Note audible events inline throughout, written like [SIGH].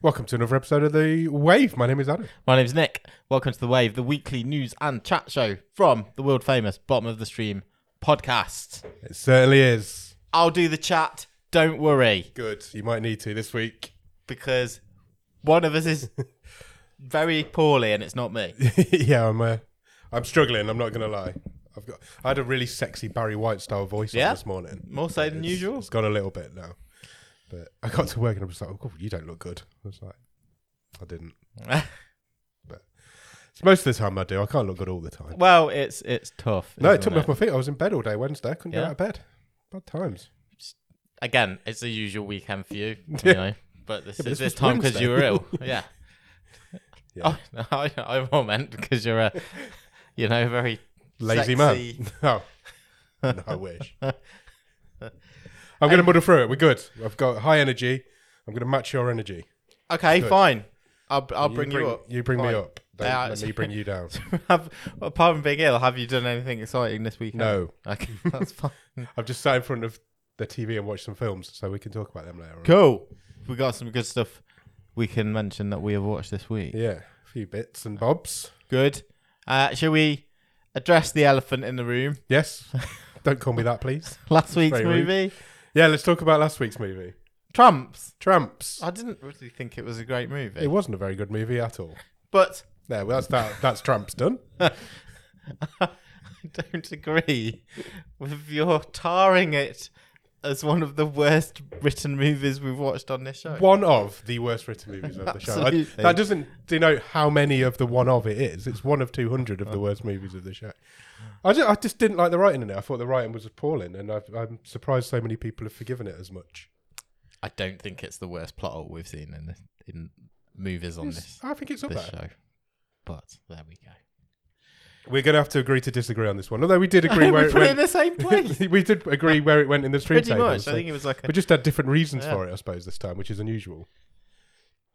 Welcome to another episode of The Wave. My name is Adam. My name's Nick. Welcome to The Wave, the weekly news and chat show from the world famous Bottom of the Stream podcast. It certainly is. I'll do the chat, don't worry, Good. You might need to this week. [LAUGHS] because one of us is very poorly and it's not me. yeah, I'm uh, I'm struggling, I'm not gonna lie. I've got I had a really sexy Barry White style voice on Yeah? this morning. More so than It's- usual. [LAUGHS] It's gone a little bit now. But I got to work and I was like, oh, you don't look good. I was like, I didn't. It's most of the time I do. I can't look good all the time. well, it's it's tough. No, it isn't took me off my feet. I was in bed all day Wednesday. I couldn't get Yeah. out of bed. Bad times. Again, it's the usual weekend for [LAUGHS] you, Yeah. you know. But this but is this this was time because you were ill. [LAUGHS] Yeah. Yeah. [LAUGHS] Oh, I, I more meant because you're a, you know, very Lazy sexy- man. [LAUGHS] No. no, I [LAUGHS] wish. I'm going Um, to muddle through it. We're good. I've got high energy. I'm going to match your energy. Okay, Good. fine. I'll, I'll bring, you up. You bring Fine. me up. Don't Yeah, let it's- me bring you down. [LAUGHS] have, apart from being ill, have you done anything exciting this weekend? No. [LAUGHS] Okay, that's fine. I've just sat in front of the TV and watched some films, so we can talk about them later on. cool. We got some good stuff we can mention that we have watched this week. Yeah, a few bits and bobs. Good. Uh, shall we address the elephant in the room? [LAUGHS] Yes. Don't call me that, please. Last week's Very rude. movie, Yeah, let's talk about last week's movie, Tramps. Tramps. I didn't really think it was a great movie, It wasn't a very good movie at all. but [LAUGHS] There, well, that's that. That's Tramps done. I don't agree with your tarring it as one of the worst written movies we've watched on this show. [LAUGHS] One of the worst written movies of the show. I, Absolutely. that doesn't denote how many of the one of it is. It's one of 200 of the worst movies of the show. I just, I just didn't like the writing in it. I thought the writing was appalling, and I've, I'm surprised so many people have forgiven it as much. I don't think it's the worst plot hole we've seen in this, in movies on this, I think it's up this there. show. But there we go. We're going to have to agree to disagree on this one, although we [LAUGHS] did agree where we it put it in went. [LAUGHS] the same place. we did agree where it went in the stream Pretty table. much. so- I think it was like [LAUGHS] we a, just had different reasons Yeah. for it, I suppose, this time, which is unusual.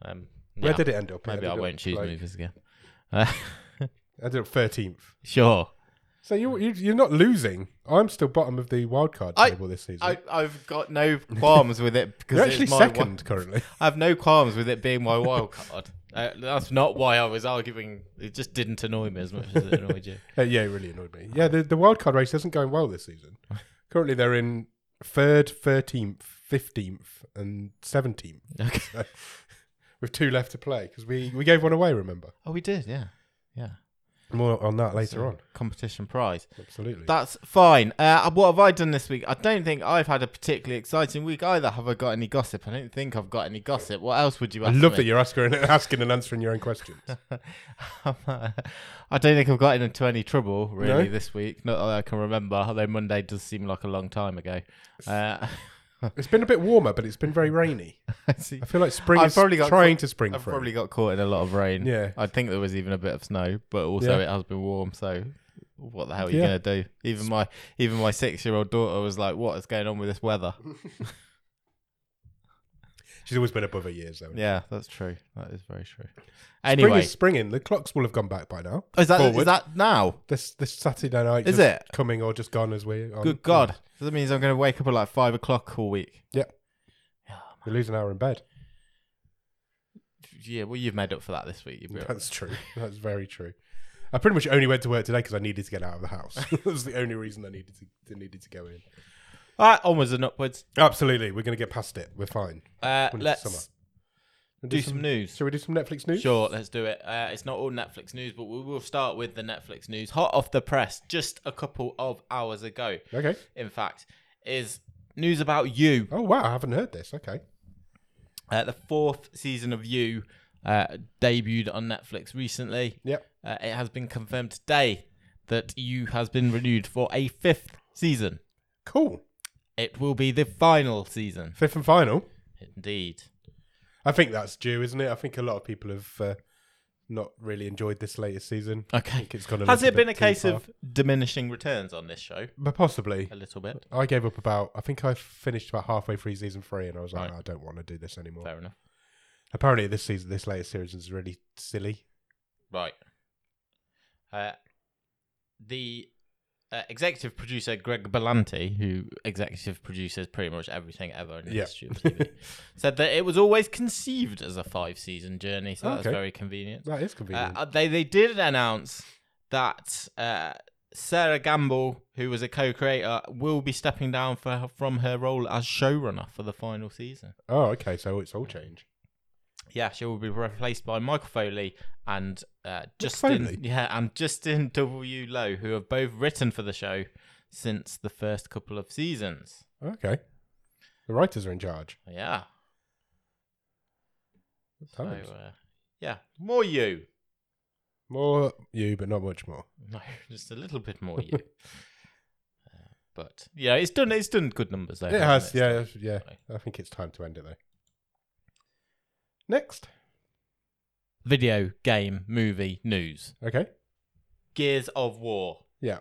um, Where yeah, did it end up? It maybe ended I up, won't choose like, movies again. [LAUGHS] Uh, Ended up 13th. sure. So you, you, you're not losing. I'm still bottom of the wildcard I- table this season. I, I've [LAUGHS] got no qualms with it because You're it's actually my second [LAUGHS] wi- currently. I have no qualms with it being my wild card. [LAUGHS] Uh, that's not why I was arguing. It just didn't annoy me as much as it annoyed you. Uh, yeah, it really annoyed me. Yeah, the, the wild card race isn't going well this [LAUGHS] season. Currently, they're in third, thirteenth, fifteenth, and seventeenth, Okay. [LAUGHS] with two left to play because we, we gave one away. Remember [LAUGHS] Oh, we did. Yeah. Yeah. more on that later So, on. Competition prize. Absolutely. That's fine. Uh, what have I done this week? I don't think I've had a particularly exciting week either. Have I got any gossip? I don't think I've got any gossip. What else would you I ask love that me? you're asking, [LAUGHS] asking and answering your own questions. [LAUGHS] I don't think I've gotten into any trouble really No? this week. Not that I can remember, although Monday does seem like a long time ago. Uh, [LAUGHS] it's been a bit warmer, but it's been very rainy. I see- I feel like spring I've is probably got trying caught- to spring I've through. probably got caught in a lot of rain. Yeah. I think there was even a bit of snow, but also Yeah. it has been warm, so what the hell are you Yeah. gonna do? Even my even my six year old daughter was like, What is going on with this weather? She's always been above her years, though. Yeah, that's true. That is very true. Spring Anyway, is springing. The clocks will have gone back by now. is that is forward. that now? This this Saturday night Is just it? coming or just gone as we? um, Good God, so that means I'm going to wake up at like five o'clock all week. Yeah. We lose an hour in bed. Yeah, well, you've made up for that this week. You've been- That's true. That's very true. I pretty much only went to work today because I needed to get out of the house. [LAUGHS] that was the only reason I needed to, to needed to go in. All right, onwards and upwards. Absolutely, we're going to get past it. We're fine. Uh, When it's summer. let's We'll do some news. Shall we do some Netflix news? Sure, let's do it. Uh, it's not all Netflix news, but we will start with the Netflix news. Hot off the press, just a couple of hours ago, Okay. in fact, is news about you. Oh wow, I haven't heard this. Okay. Uh, the fourth season of You uh, debuted on Netflix recently. Yep. Uh, it has been confirmed today that You has been renewed for a fifth season. Cool. It will be the final season. Fifth and final. Indeed. I think that's due, isn't it? I think a lot of people have uh, not really enjoyed this latest season. I Okay. think it's gone. A Has little it been bit a too case far. of diminishing returns on this show? But possibly. A little bit. I gave up about. I think I finished about halfway through season three, and I was like, Right. I don't want to do this anymore. Fair enough. Apparently, this season, this latest series is really silly. Right. Uh, the uh, executive producer Greg Berlanti, who executive produces pretty much everything ever in the Yeah. history of TV, said that it was always conceived as a five season journey, so that's Okay. very [LAUGHS] convenient. That is Uh, convenient. uh, they they did announce that uh, Sarah Gamble, who was a co-creator, will be stepping down for her, from her role as showrunner for the final season. oh, okay. So it's uh, all change. Yeah, she will be replaced by Michael Foley and uh, Justin. Foley? Yeah, and Justin W. Lowe, who have both written for the show since the first couple of seasons. Okay. The writers are in charge. Yeah. So, Times. uh, yeah, more you. [LAUGHS] More you, but not much more. No, just a little bit more [LAUGHS] you. Uh, But yeah, it's done. It's done good numbers though. it hasn't has, So- yeah, it's- yeah. Right. I think it's time to end it though. Next, Video game movie news. okay, Gears of War. yeah,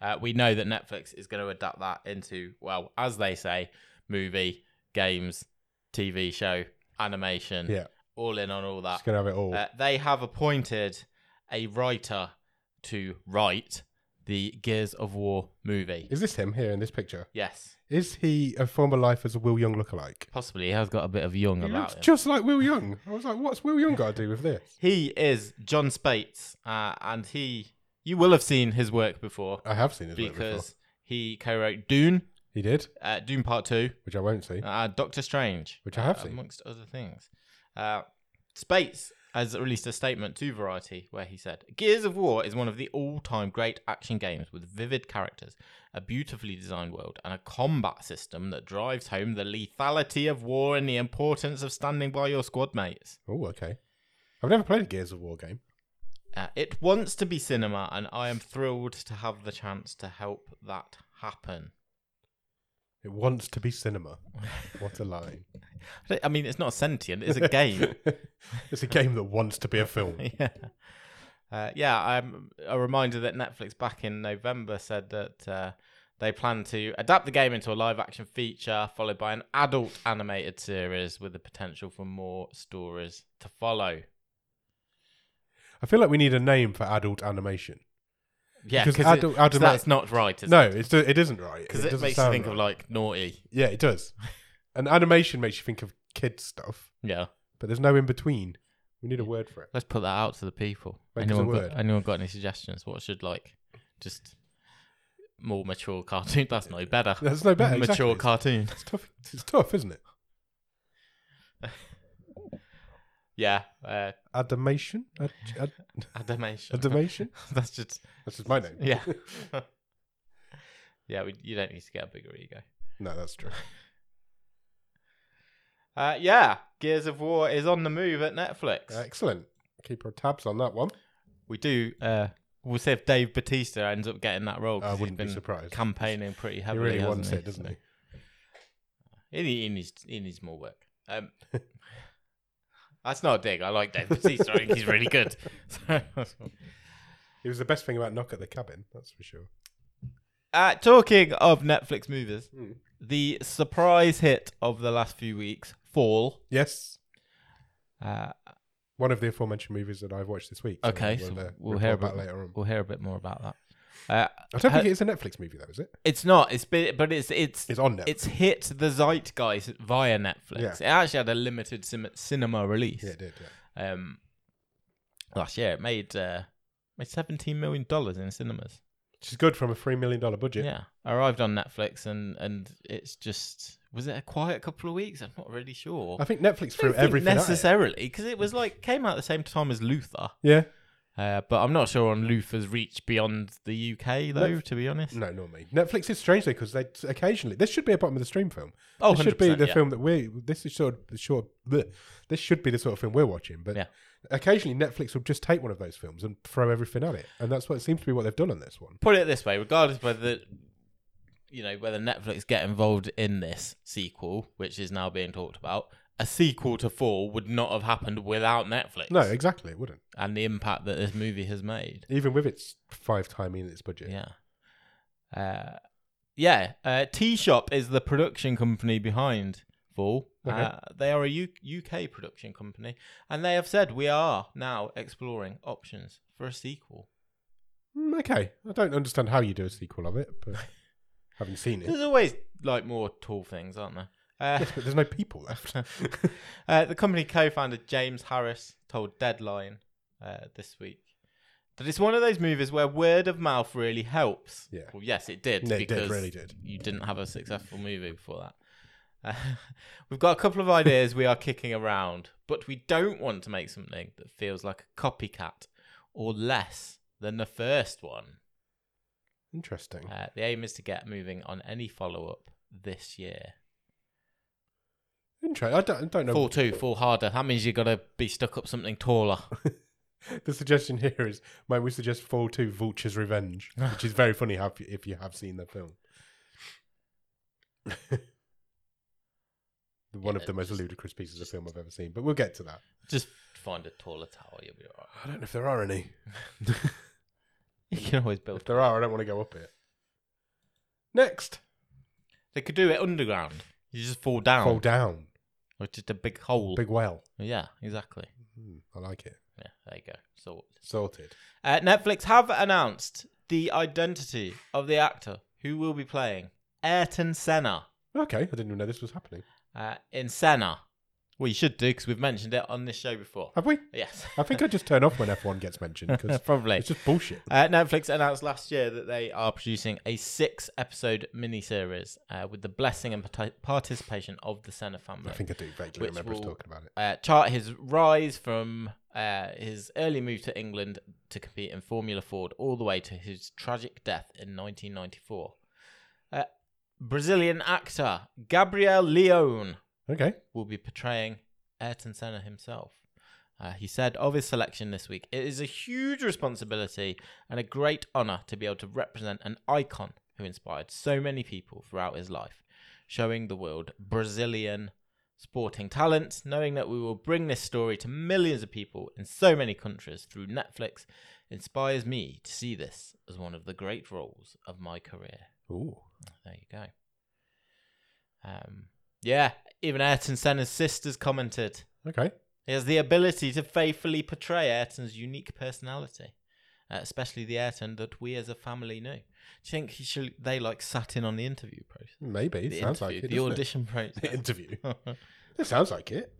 Uh, we know that Netflix is going to adapt that into well, as they say, movie, games, TV show, animation. Yeah. All in on all that. it's gonna have it all. Uh, they have appointed a writer to write the Gears of War movie. is this him here in this picture? yes, Is he a former life as a Will Young lookalike? possibly he has got a bit of young He about looks him. just like Will Young. I was like, what's Will Young got to do with this? He is John Spates, uh, and he you will have seen his work before I have seen his work before. because he co-wrote Dune, He did, uh, Dune Part Two, which I won't see, uh, Doctor Strange, which I have uh, seen. amongst other things. Uh, Spates has released a statement to Variety where he said, "Gears of War is one of the all-time great action games with vivid characters, a beautifully designed world, and a combat system that drives home the lethality of war and the importance of standing by your squad mates." Oh, okay. I've never played a Gears of War game. Uh, it wants to be cinema, and I am thrilled to have the chance to help that happen. It wants to be [LAUGHS] cinema. What a line! I mean, it's not sentient; [LAUGHS] it's a game. it's a game that wants to be [LAUGHS] a film. yeah, uh, yeah. Um, a reminder that Netflix back in November said that uh, they plan to adapt the game into a live-action feature, followed by an adult animated series with the potential for more stories to follow. I feel like we need a name for adult animation. Yeah, Because because adult- adult- that's not right. Is No, it's, it isn't right. because it, doesn't makes you sound think of right. like naughty. Yeah, it [LAUGHS] does. And animation makes you think of kid stuff, Yeah. but there's no in between. We need a word for it. Let's put that out to the people. Make us a anyone, word. Got, anyone got any suggestions? What should like just more mature cartoon? [LAUGHS] That's no better. That's no [LAUGHS] better. mature exactly. cartoon. It's tough. It's tough, isn't it? Yeah, uh, Adamation. Ad, ad, [LAUGHS] animation. adamation. [LAUGHS] That's just That's just my name. yeah. [LAUGHS] [LAUGHS] yeah, we, you don't need to get a bigger ego. No, that's [LAUGHS] true. Uh, yeah, Gears of War is on the move at Netflix. Excellent. Keep our tabs on that one. We do. Uh, we'll see if Dave Batista ends up getting that role. 'cause I he's wouldn't be been surprised. Campaigning pretty He heavily. really hasn't wants he? it, doesn't he? He, need- he needs he needs more work. Um, [LAUGHS] that's not a dig. I like Dave Batista. I think he's really [LAUGHS] good. [LAUGHS] It was the best thing about Knock at the Cabin, that's for sure. uh, talking of Netflix movies, Mm. the surprise hit of the last few weeks, Fall. Yes. Uh, One of the aforementioned movies that I've watched this week. so okay, we'll, so uh, we'll report hear back about later on. We'll hear a bit more about that. Uh, I don't think ha- it's a Netflix movie, though, is it? it's not. It's been, but it's it's It's on Netflix. it's hit the zeitgeist via Netflix. Yeah. It actually had a limited sim- cinema release. yeah, it did. Yeah. um, last year. It made uh, made seventeen million dollars in cinemas. Which is good from a $3 million budget. Yeah. arrived on Netflix, and and it's just was it a quiet couple of weeks? I'm not really sure. I think Netflix I don't threw think everything at it. necessarily because it was like came out the same time as Luther. Yeah. Uh, but I'm not sure on Luther's reach beyond the UK though. Netf- to be honest, No, not me. Netflix is strange though because they occasionally this should be a bottom of the stream film. oh, this should be 100%, the yeah. film that we this is sort of the short. bleh. this should be the sort of film we're watching. But Yeah. occasionally Netflix will just take one of those films and throw everything at it, and that's what it seems to be what they've done on this one. Put it this way: regardless whether you know whether Netflix get involved in this sequel, which is now being talked about, a sequel to Fall would not have happened without Netflix. No, exactly, it wouldn't. and the impact that this movie has made. Even with its five timing its budget. Yeah. Uh, yeah. Uh, T Shop is the production company behind Fall. Okay. Uh, they are a U- UK production company, and they have said we are now exploring options for a sequel. Mm, okay, I don't understand how you do a sequel of it, but [LAUGHS] haven't seen it. There's always like more tall things, aren't there? Uh, yes, but there's no people left. [LAUGHS] uh, the company co-founder James Harris told Deadline uh, this week that it's one of those movies where word of mouth really helps. Yeah. Well, yes, it did. No, it did, because really did. You didn't have a successful movie before that. Uh, [LAUGHS] we've got a couple of ideas we are kicking around, but we don't want to make something that feels like a copycat or less than the first one. Interesting. Uh, the aim is to get moving on any follow-up this year. Interesting. I don't, I don't know. Fall two, fall harder. That means you got to be stuck up something taller. [LAUGHS] The suggestion here is, might we suggest Fall Two: Vulture's Revenge, which is very funny how, if you have seen the film. [LAUGHS] One of the most ludicrous pieces of film I've ever seen, but we'll get to that. Just find a taller tower. You'll be all right. I don't know if there are any. [LAUGHS] You can always build. If there are, I don't want to go up it. Next, They could do it underground. You just fall down, fall down, or just a big hole. big well. Yeah, exactly. Hmm, I like it. Yeah, there you go. So Sorted. uh, Netflix have announced the identity of the actor who will be playing Ayrton Senna Okay, I didn't even know this was happening. uh, in Senna. Well, you should do because we've mentioned it on this show before. Have we? [LAUGHS] Yes, I think I just turn off when F1 gets mentioned because [LAUGHS] probably. it's just bullshit. Uh, Netflix announced last year that they are producing a six episode miniseries uh, with the blessing and parti- participation of the Senna family. I think I do vaguely Which remember us will- talking about it. Uh, chart his rise from uh, his early move to England to compete in Formula Ford all the way to his tragic death in 1994. Uh, Brazilian actor Gabriel Leone Okay, will be portraying Ayrton Senna himself. Uh, he said of his selection this week, it is a huge responsibility and a great honour to be able to represent an icon who inspired so many people throughout his life, showing the world Brazilian sporting talent, knowing that we will bring this story to millions of people in so many countries through Netflix, inspires me to see this as one of the great roles of my career. ooh, There you go. Um, yeah, even Ayrton Senna's sisters commented. okay. He has the ability to faithfully portray Ayrton's unique personality, uh, especially the Ayrton that we as a family knew. Do you think he should, they like sat in on the interview process? Maybe. the sounds like interview, it. the doesn't it? audition [LAUGHS] The process. [LAUGHS] interview. It sounds like it.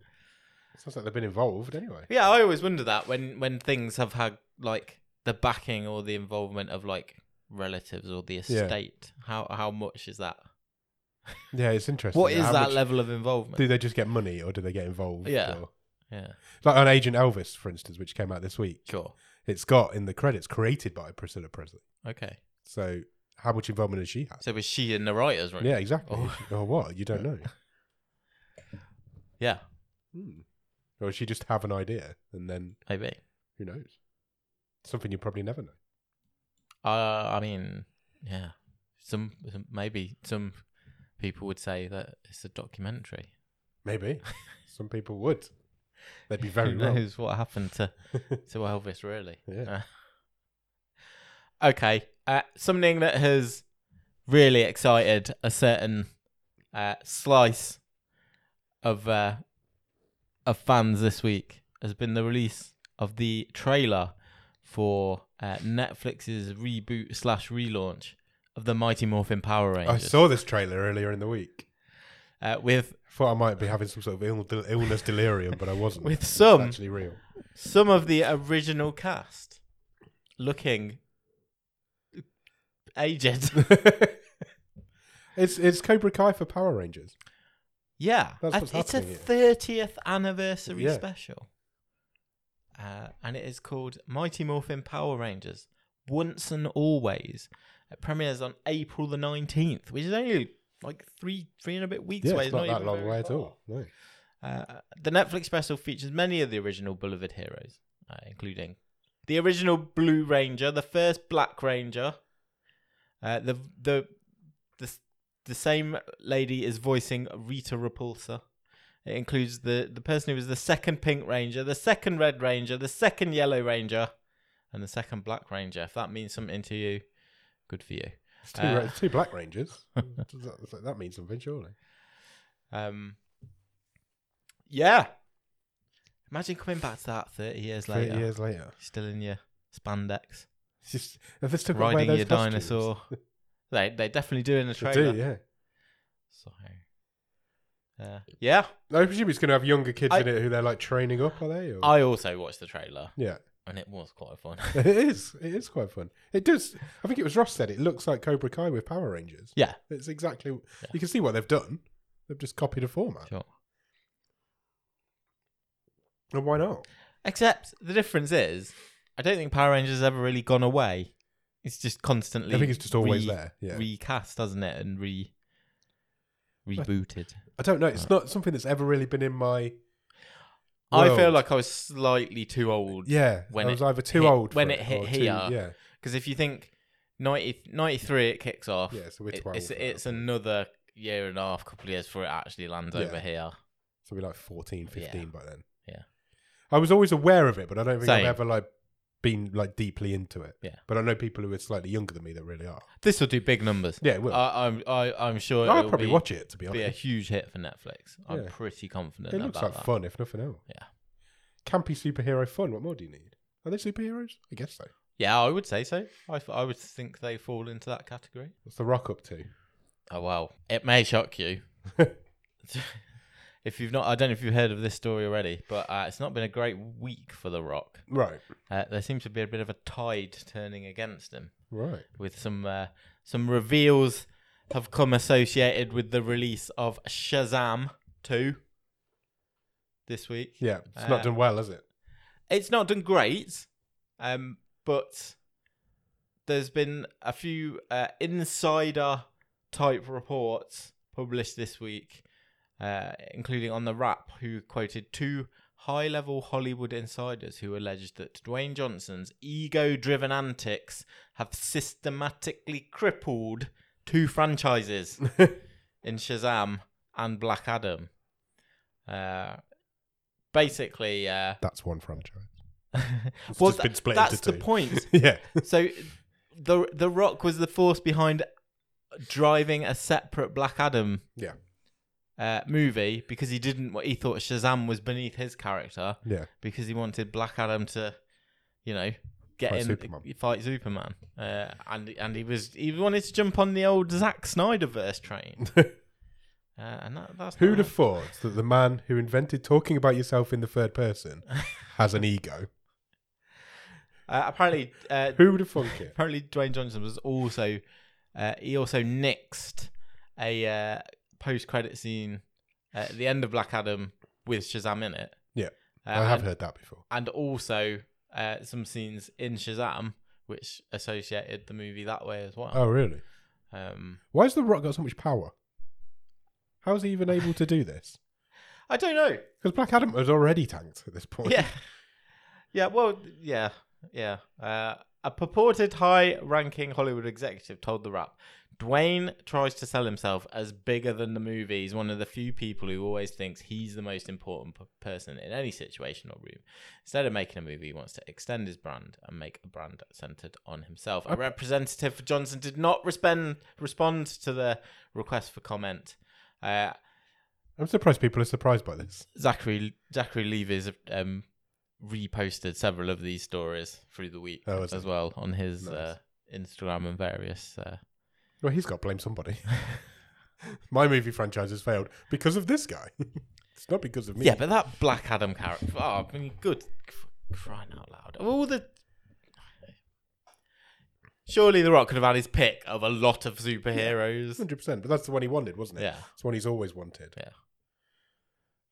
Sounds like they've been involved anyway. yeah, I always wonder that when when things have had like the backing or the involvement of like relatives or the estate. How how much is that? [LAUGHS] Yeah, it's interesting. What is How that much- level of involvement? Do they just get money or do they get involved? Yeah. or- yeah, like on Agent Elvis, for instance, which came out this week. sure. It's got in the credits created by Priscilla Presley. Okay. So how much involvement has she had? So was she in the writers' room? Yeah, exactly. Oh. Is she- [LAUGHS] Or what? You don't know. Yeah, Hmm. Or does she just have an idea and then maybe. who knows? Something you probably never know. Uh, I mean, yeah. Some, some maybe some people would say that it's a documentary. [LAUGHS] Maybe. Some people would. They'd be very Who wrong. knows what [LAUGHS] happened to to Elvis? Really? Yeah. Uh, okay. Uh, something that has really excited a certain uh, slice of uh, of fans this week has been the release of the trailer for uh, Netflix's reboot slash relaunch of the Mighty Morphin Power I Rangers. saw this trailer earlier in the week. uh, with Thought I might be having some sort of ill, del- illness delirium, but I wasn't. With It's some. actually real. [LAUGHS] some of the original cast looking aged. [LAUGHS] it's it's Cobra Kai for Power Rangers. yeah, That's I- what's it's a happening here. thirtieth anniversary Yeah. special, uh, and it is called Mighty Morphin Power Rangers: Once and Always. It premieres on April the nineteenth, which is only like three three and a bit weeks Yeah, away. it's not that even long very away at far. all. No. Uh, the Netflix special features many of the original beloved heroes, uh, including the original Blue Ranger, the first Black Ranger, uh, the the the s- the same lady is voicing Rita Repulsa. It includes the the person who was the second Pink Ranger, the second Red Ranger, the second Yellow Ranger, and the second Black Ranger. If that means something to you, good for you. It's two, Uh, ra- it's two Black Rangers. [LAUGHS] Does that, so that means something, surely. Um, yeah. Imagine coming back to that 30 years 30 later. years later. Still in your spandex. It's just have they still got to wear riding those your costumes? dinosaur. they they definitely do in the They trailer. do, yeah. So, uh, yeah. I presume it's going to have younger kids I- in it who they're like training up, are they? Or? I also watched the trailer, yeah, and it was [LAUGHS] quite fun. it is. It is quite fun. It does. I think it was Ross said it looks like Cobra Kai with Power Rangers. yeah, It's exactly. You can see what they've done. They've just copied a format. sure. And why not? Except the difference is, I don't think Power Rangers has ever really gone away. It's just constantly. I think it's just always re- there. Yeah. Recast, doesn't it, and re [LAUGHS] rebooted. I don't know. It's not something that's ever really been in my. Uh. I feel world. like I was slightly too old. yeah. when I was it either too hit- old when for it hit or here. Too, yeah, Because if you think 90, 93, it kicks off. yeah. So we're It- twelve. it's now. it's another year and a half, couple of years before it actually lands Yeah. over here. So we're like 14, 15 by then. Yeah. I was always aware of it, but I don't think Same. I've ever like been like deeply into it. Yeah. But I know people who are slightly younger than me that really are. This will do big numbers. Yeah, it will. I, I'm I, I'm sure I'll it'll probably be, watch it to be be a honest. huge hit for Netflix. I'm Yeah. pretty confident it about looks like that. fun, if nothing else. Yeah. Campy superhero fun. What more do you need? Are they superheroes? I guess so. Yeah, I would say so. I, f- I would think they fall into that category. What's the Rock up to? Oh well, it may shock you [LAUGHS] if you've not. I don't know if you've heard of this story already, but uh, it's not been a great week for The Rock. Right, Uh, there seems to be a bit of a tide turning against him, right. with some uh, some reveals have come associated with the release of Shazam two this week. Yeah, it's Uh, not done well, has it? It's not done great, um, but there's been a few uh, insider type reports published this week, uh, including on The Wrap, who quoted two high level Hollywood insiders who alleged that Dwayne Johnson's ego driven antics have systematically crippled two franchises in Shazam and Black Adam. Uh, basically, uh, That's one [LAUGHS] franchise. It's well, just th- been split that's into the two. point. [LAUGHS] yeah. So, the the Rock was the force behind driving a separate Black Adam Yeah. uh, movie because he didn't. He thought Shazam was beneath his character Yeah. because he wanted Black Adam to, you know, get Fight in Superman. fight Superman, uh, and and he was he wanted to jump on the old Zack Snyderverse [LAUGHS] train. uh, and that, that's Who'd not- have thought that the man who invented talking about yourself in the third person [LAUGHS] has an ego? uh, apparently uh, Who would have thunk it? apparently Dwayne Johnson was also uh, he also nixed a uh, post credit scene at the end of Black Adam with Shazam in it. Yeah, Uh, I have and, heard that before. and also uh, some scenes in Shazam which associated the movie that way as well. Oh, really? Um, Why has The Rock got so much power? How's he even able to do this? I don't know. Because Black Adam was already tanked at this point. Yeah. Yeah, well, yeah, yeah. Uh, a purported high ranking Hollywood executive told The Rap Dwayne tries to sell himself as bigger than the movie. He's one of the few people who always thinks he's the most important p- person in any situation or room. Instead of making a movie, he wants to extend his brand and make a brand centered on himself. A representative for Johnson did not respond, respond to the request for comment. Uh, I'm surprised people are surprised by this. Zachary Zachary Levy's um, reposted several of these stories through the week Oh, has as he? well on his Nice. uh, Instagram and various. Uh, Well, he's got to blame [LAUGHS] somebody. My movie franchise has failed because of this guy. [LAUGHS] it's not because of me. yeah, but that Black Adam character. Oh, I mean, good f- crying out loud! Of all the. Surely The Rock could have had his pick of a lot of [LAUGHS] superheroes. 100%. But that's the one he wanted, wasn't it? Yeah. It's the one he's always wanted. Yeah.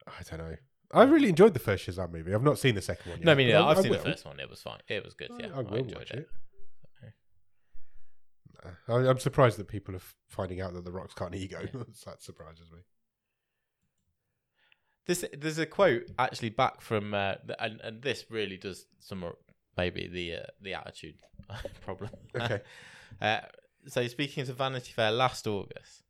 I don't know. I really enjoyed the first Shazam movie. I've not seen the second one yet. No, I mean, but yeah, I've seen will. the first one. It was fine. It was good. I- Yeah, I will enjoyed watch it. I, I'm surprised that people are f- finding out that The Rock's got an ego. [LAUGHS] that surprises me. This there's a quote actually back from uh, th- and and this really does sum up maybe the uh, the attitude [LAUGHS] problem. Okay. [LAUGHS] uh, so speaking to Vanity Fair last August,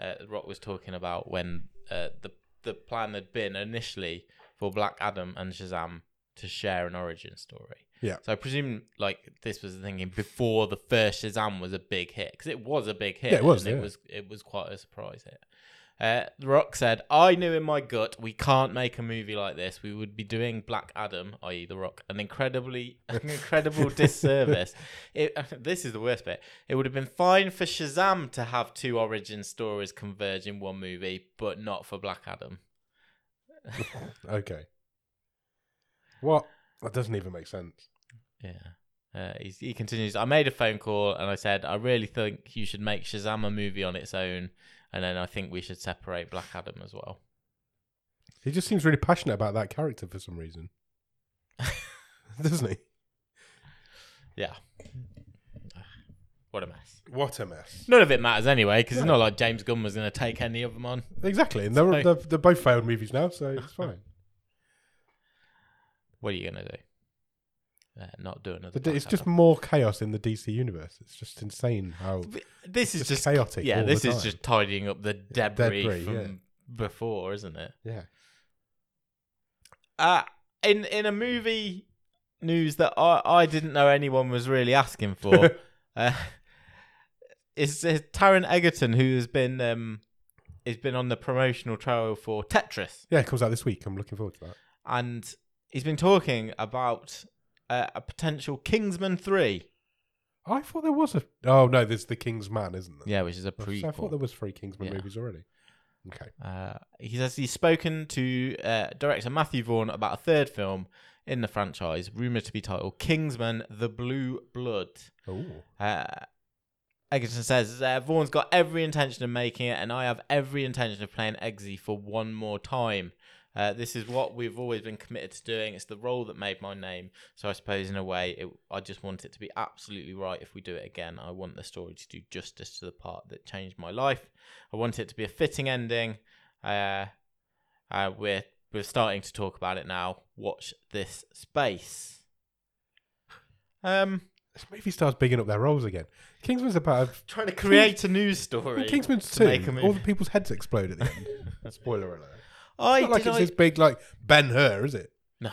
uh, Rock was talking about when uh, the the plan had been initially for Black Adam and Shazam to share an origin story. Yeah. So I presume like this was the thinking before the first Shazam was a big hit because it was a big hit. Yeah, it was, and yeah. It was it was quite a surprise hit. Uh, the Rock said, I knew in my gut we can't make a movie like this. We would be doing Black Adam, i.e., The Rock, an incredibly [LAUGHS] an incredible disservice. It, [LAUGHS] this is the worst bit. It would have been fine for Shazam to have two origin stories converge in one movie, but not for Black Adam. Okay. What? That doesn't even make sense. Yeah. Uh, he's, he continues, I made a phone call and I said, I really think you should make Shazam a movie on its own. And then I think we should separate Black Adam as well. He just seems really passionate about that character for some [LAUGHS] reason, doesn't he? Yeah. What a mess. What a mess. None of it matters anyway, because it's not like James Gunn was going to take any of them on. Exactly, and they're, Sorry. they're, they're both failed movies now, so [LAUGHS] it's fine. What are you going to do? Uh, not do another. But Black it's just Adam. more chaos in the DC universe. It's just insane how This is just just chaotic Yeah, all this the is time. just tidying up the debris, debris, from yeah. before, isn't it? yeah. Uh, in in a movie news that I, I didn't know anyone was really asking [LAUGHS] for, uh, is uh, Taron Egerton who has been um has been on the promotional trail for Tetris, Yeah, it comes out this week. I'm looking forward to that. and he's been talking about uh, a potential Kingsman three. I thought there was a. Oh no, there's the King's Man, isn't there? Yeah, which is a So Oh, I thought there prequel. was three Kingsman Yeah. movies already. Okay. Uh, he says he's spoken to uh, director Matthew Vaughn about a third film in the franchise, rumored to be titled Kingsman: The Blue Blood. Oh. Uh, Egerton says uh, Vaughan's got every intention of making it, and I have every intention of playing Eggsy for one more time. Uh, this is what we've always been committed to doing. It's the role that made my name. So I suppose, in a way, it, I just want it to be absolutely right if we do it again. I want the story to do justice to the part that changed my life. I want it to be a fitting ending. Uh, uh, we're we're starting to talk about it now. Watch this space. Um, This movie star's bigging up their roles again. Kingsman's about. A, trying to create a news story. Kingsman's to two. make a movie. All the people's heads explode at the [LAUGHS] end. Spoiler alert. I It's not like did it's I- this big like Ben Hur, is it? no,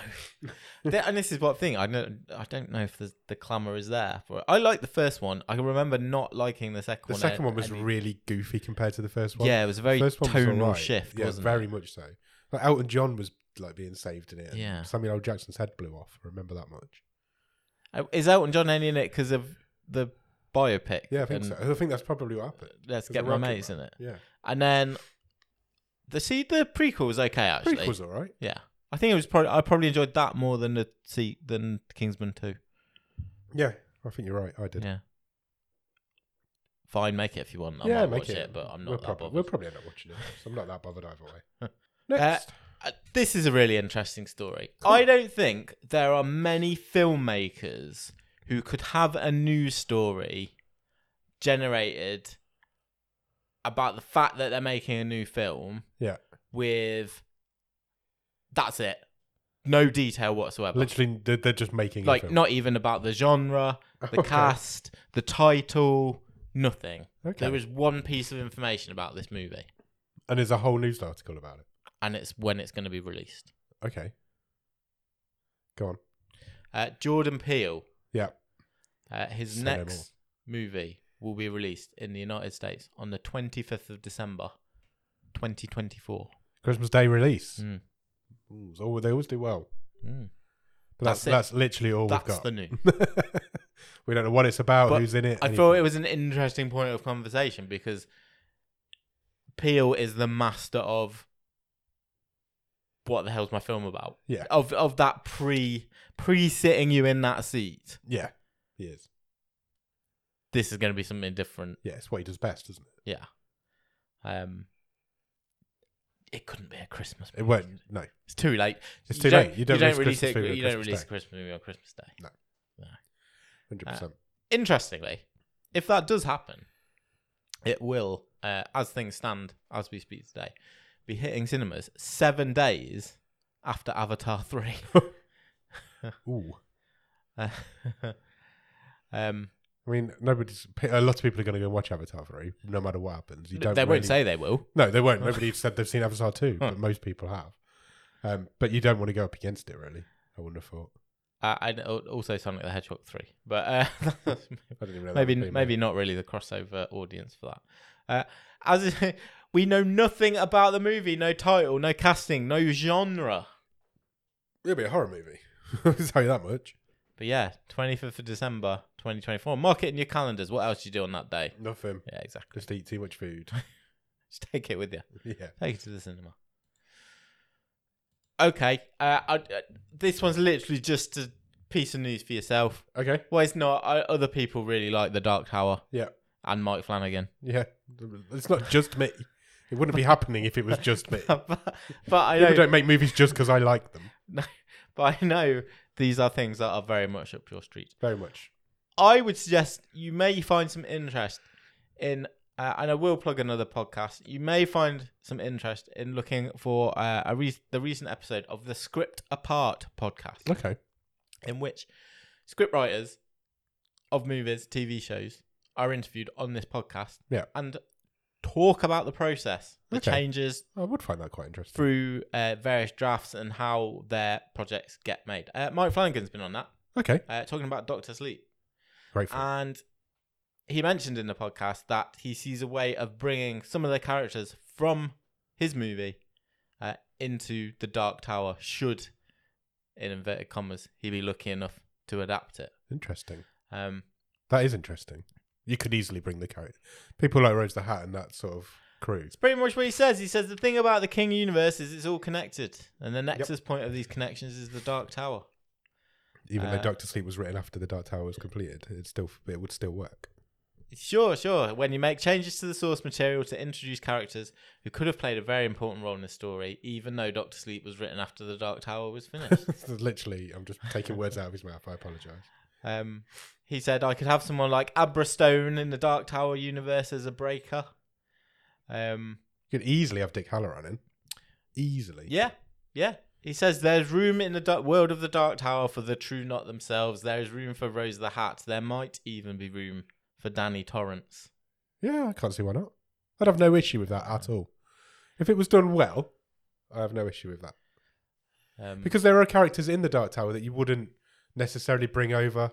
[LAUGHS] Th- and this is what thing I know. I don't know if the the clamour is there. For it. I like the first one. I can remember not liking the second The one. second a- one was any- really goofy compared to the first one. yeah, it was a very first one was tonal alright. shift, Yeah, wasn't very it? much so. Like Elton John was like being saved in it. and Yeah. Samuel L. Jackson's head blew off. I remember that much. Uh, Is Elton John any in it because of the biopic? Yeah, I think and Uh, so. I think that's probably what happened. Let's 'Cause get The my Rock mates in in it, Yeah, and then the see the prequel was okay actually. prequel's all right. Yeah, I think it was probably I probably enjoyed that more than the see than Kingsman two. Yeah, I think you're right. I did. Yeah. Fine, make it if you want. I yeah, might make watch it. but I'm not we'll that probably, bothered. We'll probably end up watching it, so I'm not that bothered either way. [LAUGHS] Uh, Next, Uh, this is a really interesting story. Cool. I don't think there are many filmmakers who could have a news story generated about the fact that they're making a new film yeah, with that's it. No detail whatsoever. literally, they're, they're just making a like film. not even about the genre, [LAUGHS] the Okay. cast, the title, nothing. Okay. There is one piece of information about this movie. and there's a whole news article about it. and it's when it's going to be released. Okay, go on. Uh, Jordan Peele, Yeah, uh, his Say no next movie will be released in the United States on the 25th of December, 2024. Christmas Day release. Mm. Ooh, so all- they always do well, Mm. but that's That's it. that's, literally all That's we've got. the news. [LAUGHS] we don't know what it's about, But who's in it. I anything. thought it was an interesting point of conversation because Peele is the master of what the hell's my film about? Yeah. Of of that pre pre sitting you in that seat. Yeah, he is. This is going to be something different. Yeah, it's what he does best, isn't it? Yeah. Um. It couldn't be a Christmas. It movie. won't. No, It's too late. It's too don't- late. You don't release release Christmas a- movie on You don't Christmas release Day. a Christmas movie on Christmas Day. hundred percent. Interestingly, if that does happen, it will, uh, as things stand, as we speak today, be hitting cinemas seven days after Avatar [LAUGHS] three. Ooh. Uh, um, I mean, nobody's. A lot of people are going to go and watch Avatar three, no matter what happens. You they don't. really- won't say they will. No, they [LAUGHS] won't. Nobody said they've seen Avatar two, but most people have. Um, but you don't want to go up against it, really. I wouldn't have thought. Uh, and al- also Sonic the Hedgehog three, but uh, [LAUGHS] I didn't even know. that maybe was being maybe not really the crossover audience for that. Uh, as [LAUGHS] We know nothing about the movie, no title, no casting, no genre. It'll be a horror movie. [LAUGHS] I'll tell you that much. But yeah, 25th of December 2024. Mark it in your calendars. What else do you do on that day? Nothing. Yeah, exactly. [LAUGHS] Just eat too much food. Just take it with you. yeah. Take it to the cinema. Okay. Uh, I, uh, this one's literally just a piece of news for yourself. Okay. Well, it's not. I, other people really like The Dark Tower Yeah. and Mike Flanagan. Yeah. It's not just me. It wouldn't be happening if it was just me. but, but I People know. don't make movies just because I like them. [LAUGHS] But I know these are things that are very much up your street. Very much. I would suggest you may find some interest in, uh, and I will plug another podcast. You may find some interest in looking for uh, a re- the recent episode of the Script Apart podcast, Okay. in which scriptwriters of movies, TV shows are interviewed on this podcast, Yeah. and talk about the process, the Okay. changes I would find that quite interesting. through uh, various drafts, and how their projects get made. Uh, Mike Flanagan's been on that, Okay. uh, talking about Doctor Sleep. Grateful. And he mentioned in the podcast that he sees a way of bringing some of the characters from his movie uh, into the Dark Tower, should, in inverted commas, he be lucky enough to adapt it. interesting. Um, That is interesting. You could easily bring the character. People like Rose the Hat and that sort of crew. it's pretty much what he says. He says the thing about the King universe is it's all connected, and the nexus point of these connections is the Dark Tower. Even Uh, though Doctor Sleep was written after the Dark Tower was completed, it still it would still work. [LAUGHS] Sure, sure. When you make changes to the source material to introduce characters who could have played a very important role in the story, even though Doctor Sleep was written after the Dark Tower was [LAUGHS] finished. Literally, I'm just taking words out of his mouth. I apologise. Um, he said I could have someone like Abra Stone in the Dark Tower universe as a breaker. Um, You could easily have Dick Halloran in. Easily. yeah, yeah. He says there's room in the dark world of the Dark Tower for the true not themselves. There is room for Rose the Hat. There might even be room for Danny Torrance. Yeah, I can't see why not. I'd have no issue with that at all. If it was done well, I have no issue with that. Um, Because there are characters in the Dark Tower that you wouldn't necessarily bring over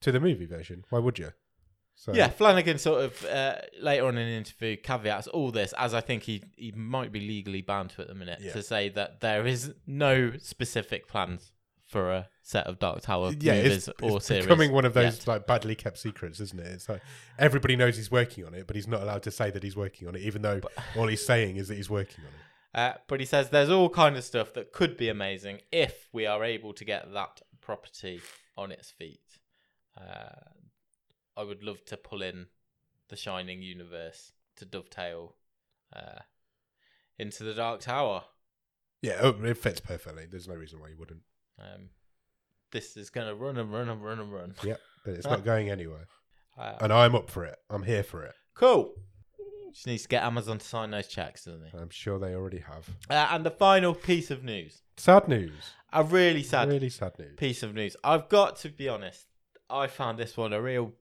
to the movie version. Why would you? So yeah, Flanagan sort of uh, later on in an interview caveats all this, as I think he, he might be legally bound to at the minute, Yeah. to say that there is no specific plans for a set of Dark Tower yeah, movies it's, or it's series. becoming one of those yet. like badly kept secrets, isn't it? It's like everybody knows he's working on it, but he's not allowed to say that he's working on it, even though all he's saying is that he's working on it. Uh, but he says there's all kind of stuff that could be amazing if we are able to get that property on its feet. Uh, I would love to pull in the Shining universe to dovetail uh, into the Dark Tower. Yeah, oh, it fits perfectly. There's no reason why you wouldn't. Um, this is going to run and run and run and run. Yep, but it's [LAUGHS] not going anywhere, Uh, and I'm up for it. I'm here for it. cool. Just needs to get Amazon to sign those checks, doesn't he? I'm sure they already have. Uh, and the final piece of news. Sad news. A really sad Really sad news. piece of news. I've got to be honest. I found this one a real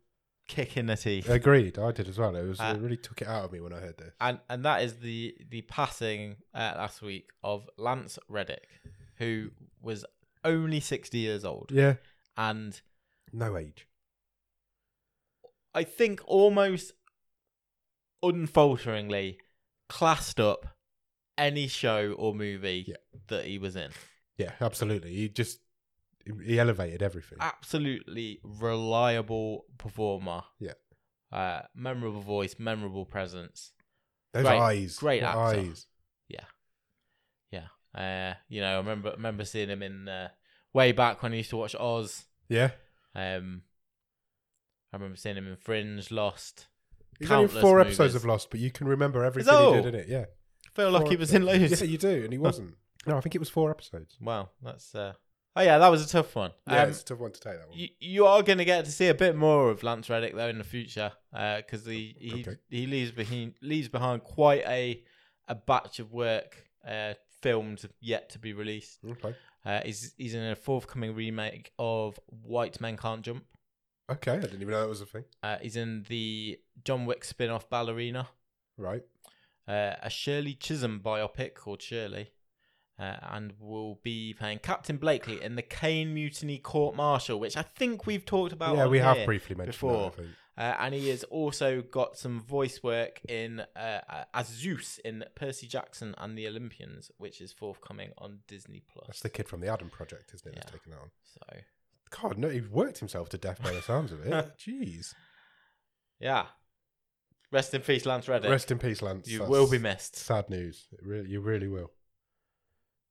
kick in the teeth, Agreed. I did as well. It was Uh, it really took it out of me when I heard this. and and that is the the passing uh, last week of Lance Reddick, who was only sixty years old, Yeah. and No age. I think almost unfalteringly classed up any show or movie Yeah. that he was in. Yeah, absolutely. He just he elevated everything. Ah, absolutely reliable performer. Yeah. Uh, memorable voice, memorable presence. Those great- eyes. great the actor. eyes. Uh, you know, I remember remember seeing him in uh, way back when I used to watch Oz. Yeah. Um, I remember seeing him in Fringe, Lost. He's only in Countless four movies. episodes of Lost, but you can remember everything that he did all? in it. Yeah. feel like Four he was in episodes. loads. [LAUGHS] Yeah, you do, and he wasn't. No, I think it was four episodes. Wow, that's uh... oh yeah, that was a tough one. Yeah, Um, it's a tough one to take that one. you, you are going to get to see a bit more of Lance Reddick though in the future because he he, Okay. he leaves behind leaves behind quite a a batch of work uh, filmed yet to be released. Okay. Uh, he's he's in a forthcoming remake of White Men Can't Jump. Okay, I didn't even know that was a thing. Uh, he's in the John Wick spin-off Ballerina, Right. uh, a Shirley Chisholm biopic called Shirley. Uh, and will be playing Captain Blakely in the Kane Mutiny Court Martial, which I think we've talked about. yeah, on we have here. briefly mentioned Oh, before. that. I think. Uh, and he has also got some voice work in uh, as Zeus in Percy Jackson and the Olympians, which is forthcoming on Disney Plus. That's the kid from the Adam Project, isn't it? That's Yeah. taken that on. So God, no, he worked himself to death by the sounds [LAUGHS] of it. Jeez. yeah, rest in peace, Lance Reddick. Rest in peace, Lance. you That's will be missed. Sad news. It really, you really will.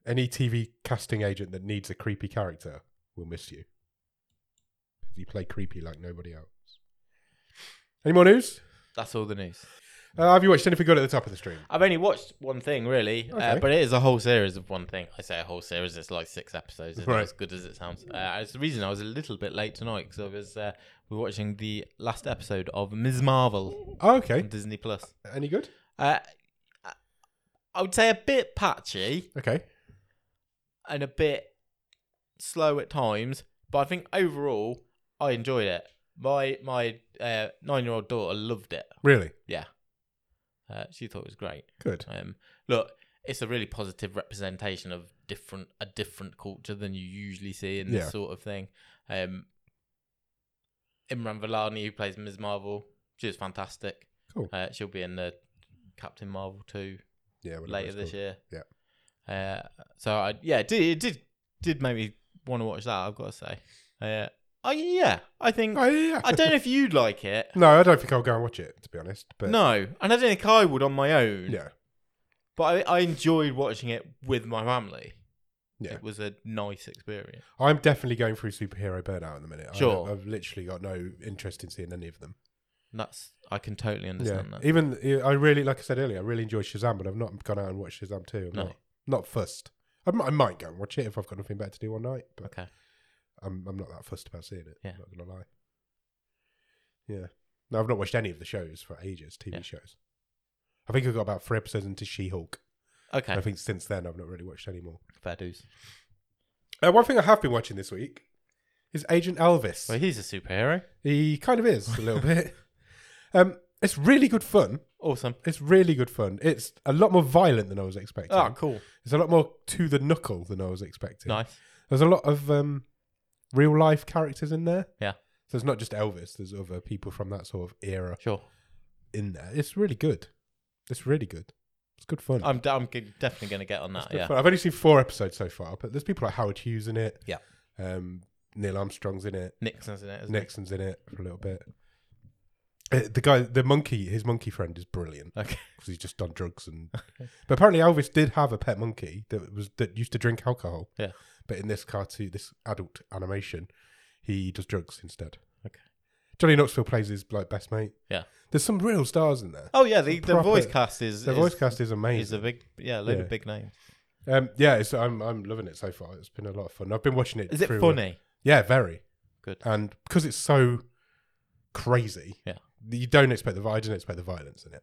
Any TV casting agent that needs a creepy character will miss you. 'Cause You play creepy like nobody else. Any more news? That's all the news. Uh, have you watched anything good at the top of the stream? I've only watched one thing really, uh, Okay. but it is a whole series of one thing. I say a whole series; it's like six episodes. It's not Right. as good as it sounds. Uh, it's the reason I was a little bit late tonight because I was uh, we were watching the last episode of Ms. Marvel Oh, on okay. Disney Plus. Any good? Uh, I- I would say a bit patchy Okay. and a bit slow at times, but I think overall I enjoyed it. My my uh, nine year old daughter loved it. Really? Yeah, uh, she thought it was great. Good. Um, look, it's a really positive representation of different a different culture than you usually see in this Yeah. sort of thing. Um, Imran Vellani, who plays Ms. Marvel, she was fantastic. Cool. Uh, she'll be in the Captain Marvel too Yeah. whatever later it's this called. year. Uh, so I yeah, it did it did did make me want to watch that. I've got to say. Uh, I yeah, I think Oh, yeah, yeah. I don't know if you'd like it. no, I don't think I'll go and watch it, to be honest. [LAUGHS] But No, and I don't think I would on my own. Yeah. But I, I enjoyed watching it with my family. Yeah. It was a nice experience. I'm definitely going through superhero burnout in the minute. I Sure. don't- I've literally got no interest in seeing any of them. That's I can totally Yeah. understand that. Even I really, like I said earlier, I really enjoy Shazam, but I've not gone out and watched Shazam too. I'm No. not, not fussed. I might, I might go and watch it if I've got nothing better to do one night, but Okay. I'm, I'm not that fussed about seeing it. Yeah. I'm not going to lie. Yeah. No, I've not watched any of the shows for ages, TV Yeah. shows. I think I got about three episodes into She Hulk. Okay. I think since then, I've not really watched any more. Fair dues. Uh, one thing I have been watching this week is Agent Elvis. Well, he's a superhero. He kind of is a little bit. [LAUGHS] Um, it's really good fun. Awesome. It's really good fun. It's a lot more violent than I was expecting. Oh, cool. It's a lot more to the knuckle than I was expecting. Nice. There's a lot of um, real life characters in there. Yeah. So it's not just Elvis. There's other people from that sort of era Sure. in there. It's really good. It's really good. It's good fun. I'm, I'm g- definitely going to get on It's that. good Yeah. fun. I've only seen four episodes so far, but there's people like Howard Hughes in it. Yeah. Um, Neil Armstrong's in it. Nixon's in it. Isn't Nixon's in it for a little bit. Uh, the guy, the monkey, his monkey friend is brilliant He? Okay. [LAUGHS] because he's just on drugs and. [LAUGHS] but apparently, Elvis did have a pet monkey that was that used to drink alcohol. Yeah. But in this cartoon, this adult animation, he does drugs instead. Okay. Johnny Knoxville plays his like best mate. Yeah. There's some real stars in there. Oh yeah, the, the Proper- voice cast is The is, voice cast is amazing. is a big yeah, a load Yeah. of big names. um, yeah, it's, I'm I'm loving it so far. It's been a lot of fun. I've been watching it. Is it through, uh, funny? Yeah, very Good. And because it's so crazy, Yeah. you don't expect the. vi- I didn't expect the violence in it.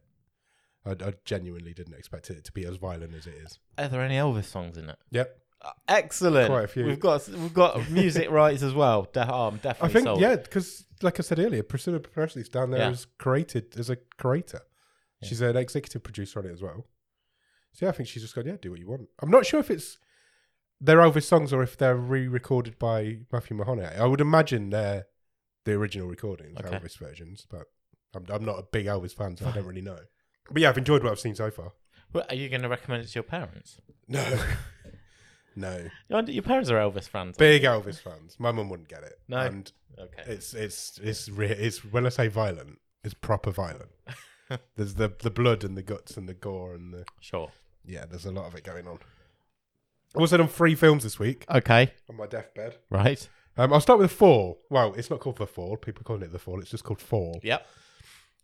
I, I genuinely didn't expect it to be as violent as it is. Are there any Elvis songs in it? Yep. Uh, Excellent. Quite a few. We've got we've [LAUGHS] got music rights as well. De- oh, I'm I definitely think sold. yeah, because like I said earlier, Priscilla Presley's down there Yeah. is created as a creator. Yeah. She's an executive producer on it as well. So yeah, I think she's just gone. Yeah, do what you want. I'm not sure if it's they're Elvis songs or if they're re-recorded by Matthew Mahoney. I would imagine they're the original recordings, Okay. Elvis versions, but I'm, I'm not a big Elvis fan, so I don't really know. But yeah, I've enjoyed what I've seen so [LAUGHS] far. Well, Are you going to recommend it to your parents? No, no, Your your parents are Elvis fans. big Elvis fans. My mum wouldn't get it. No. and okay. It's it's it's re- it's when I say violent, it's proper violent. there's the the blood and the guts and the gore and the Sure. yeah. There's a lot of it going on. I also done three films this week Okay. on my deathbed. Right. Um, I'll start with the fall. Well, it's not called the fall. People calling it the fall. It's just called fall. Yep.